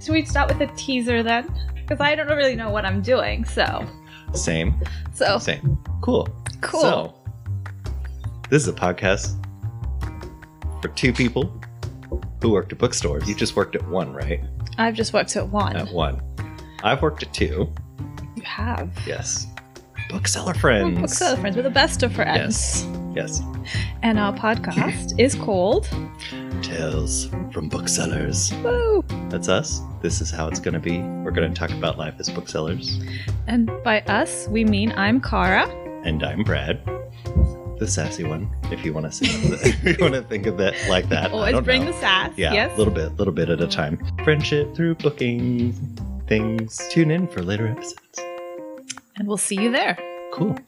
Should we start with a teaser then? Because I don't really know what I'm doing. So, Same. so Same. Cool. Oh. cool. So, this is a podcast for two people who worked at bookstores. You just worked at one, right? I've just worked at one. At one. I've worked at two. You have. Yes. Bookseller We're friends. bookseller friends. We're the best of friends. Yes. And our podcast is called Tales from booksellers. Woo! That's us. This is how it's going to be. We're going to talk about life as booksellers. And by us, we mean I'm Kara. And I'm Brad, the sassy one. If you want to say, if you want to think of it like that, I Always don't bring know. the sass. Yeah, yes. little bit, little bit at a time. Friendship through bookings, things. Tune in for later episodes. And we'll see you there. Cool.